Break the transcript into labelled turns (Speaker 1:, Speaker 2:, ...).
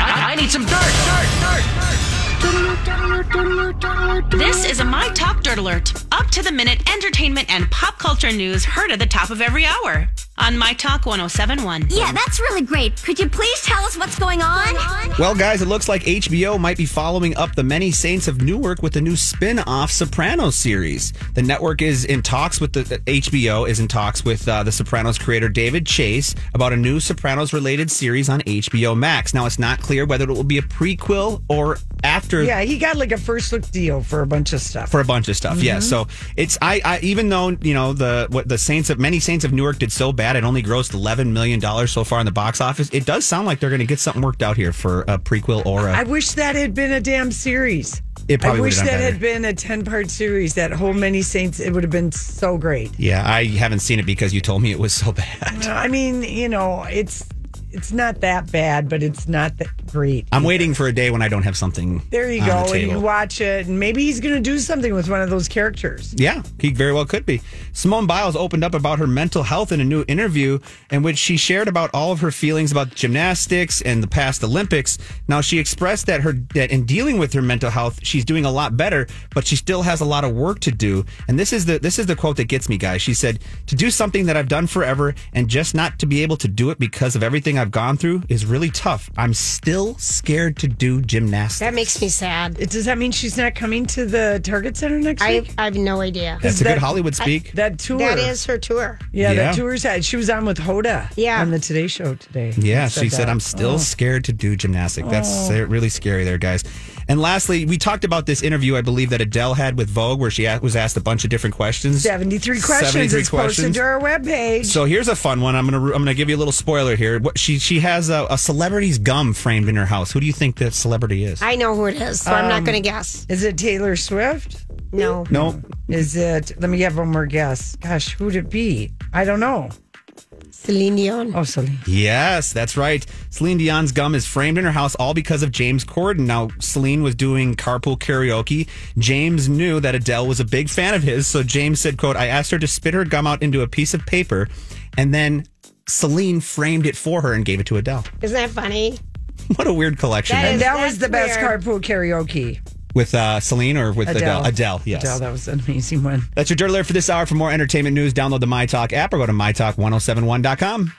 Speaker 1: I need some dirt, dirt, dirt, dirt.
Speaker 2: This is a My Talk Dirt Alert. Up to the minute entertainment and pop culture news heard at the top of every hour on My Talk 1071.
Speaker 3: Yeah, that's really great. Could you please tell us what's going on?
Speaker 4: Well, guys, it looks like HBO might be following up The Many Saints of Newark with a new spin off Sopranos series. The network is in talks with the HBO, is in talks with uh, the Sopranos creator David Chase about a new Sopranos related series on HBO Max. Now, it's not clear whether it will be a prequel or after.
Speaker 5: Yeah, he got like a first look deal for a bunch of stuff.
Speaker 4: For a bunch of stuff, mm-hmm. yeah. So it's I, I even though you know the what the Saints of many Saints of Newark did so bad, it only grossed eleven million dollars so far in the box office. It does sound like they're going to get something worked out here for a prequel or a.
Speaker 5: I wish that had been a damn series.
Speaker 4: It probably
Speaker 5: I wish that
Speaker 4: better.
Speaker 5: had been a ten part series. That whole many Saints, it would have been so great.
Speaker 4: Yeah, I haven't seen it because you told me it was so bad.
Speaker 5: Well, I mean, you know, it's it's not that bad, but it's not that great.
Speaker 4: I'm either. waiting for a day when I don't have something.
Speaker 5: There you go, the and you watch it, and maybe he's going to do something with one of those characters.
Speaker 4: Yeah, he very well could be. Simone Biles opened up about her mental health in a new interview, in which she shared about all of her feelings about gymnastics and the past Olympics. Now she expressed that her that in dealing with her mental health, she's doing a lot better, but she still has a lot of work to do. And this is the this is the quote that gets me, guys. She said, "To do something that I've done forever, and just not to be able to do it because of everything I've." gone through is really tough. I'm still scared to do gymnastics.
Speaker 6: That makes me sad.
Speaker 5: Does that mean she's not coming to the Target Center next
Speaker 6: I,
Speaker 5: week?
Speaker 6: I have no idea.
Speaker 4: That's a that, good Hollywood speak. I,
Speaker 5: that tour.
Speaker 6: That is her tour.
Speaker 5: Yeah, yeah. that tour's had. She was on with Hoda.
Speaker 6: Yeah.
Speaker 5: On the Today Show today.
Speaker 4: Yeah, said she that. said, I'm still oh. scared to do gymnastics. That's oh. really scary there, guys. And lastly, we talked about this interview I believe that Adele had with Vogue, where she was asked a bunch of different questions.
Speaker 5: Seventy-three questions. Seventy-three it's questions. Posted to our webpage.
Speaker 4: So here's a fun one. I'm gonna I'm gonna give you a little spoiler here. What, she she has a, a, celebrity's gum framed in her house. Who do you think that celebrity is?
Speaker 6: I know who it is, so um, I'm not gonna guess.
Speaker 5: Is it Taylor Swift?
Speaker 6: No.
Speaker 4: No.
Speaker 5: Is it? Let me have one more guess. Gosh, who'd it be? I don't know.
Speaker 6: Celine Dion.
Speaker 5: Oh, Celine.
Speaker 4: Yes, that's right. Celine Dion's gum is framed in her house all because of James Corden. Now, Celine was doing carpool karaoke. James knew that Adele was a big fan of his, so James said, quote, I asked her to spit her gum out into a piece of paper, and then Celine framed it for her and gave it to Adele.
Speaker 6: Isn't that funny?
Speaker 4: what a weird collection.
Speaker 5: That, is, that was the best weird. carpool karaoke.
Speaker 4: With uh, Celine or with Adele? Adele, Adele yes.
Speaker 5: Adele, that was an amazing one.
Speaker 4: oh That's your dirt alert for this hour. For more entertainment news, download the MyTalk app or go to MyTalk1071.com.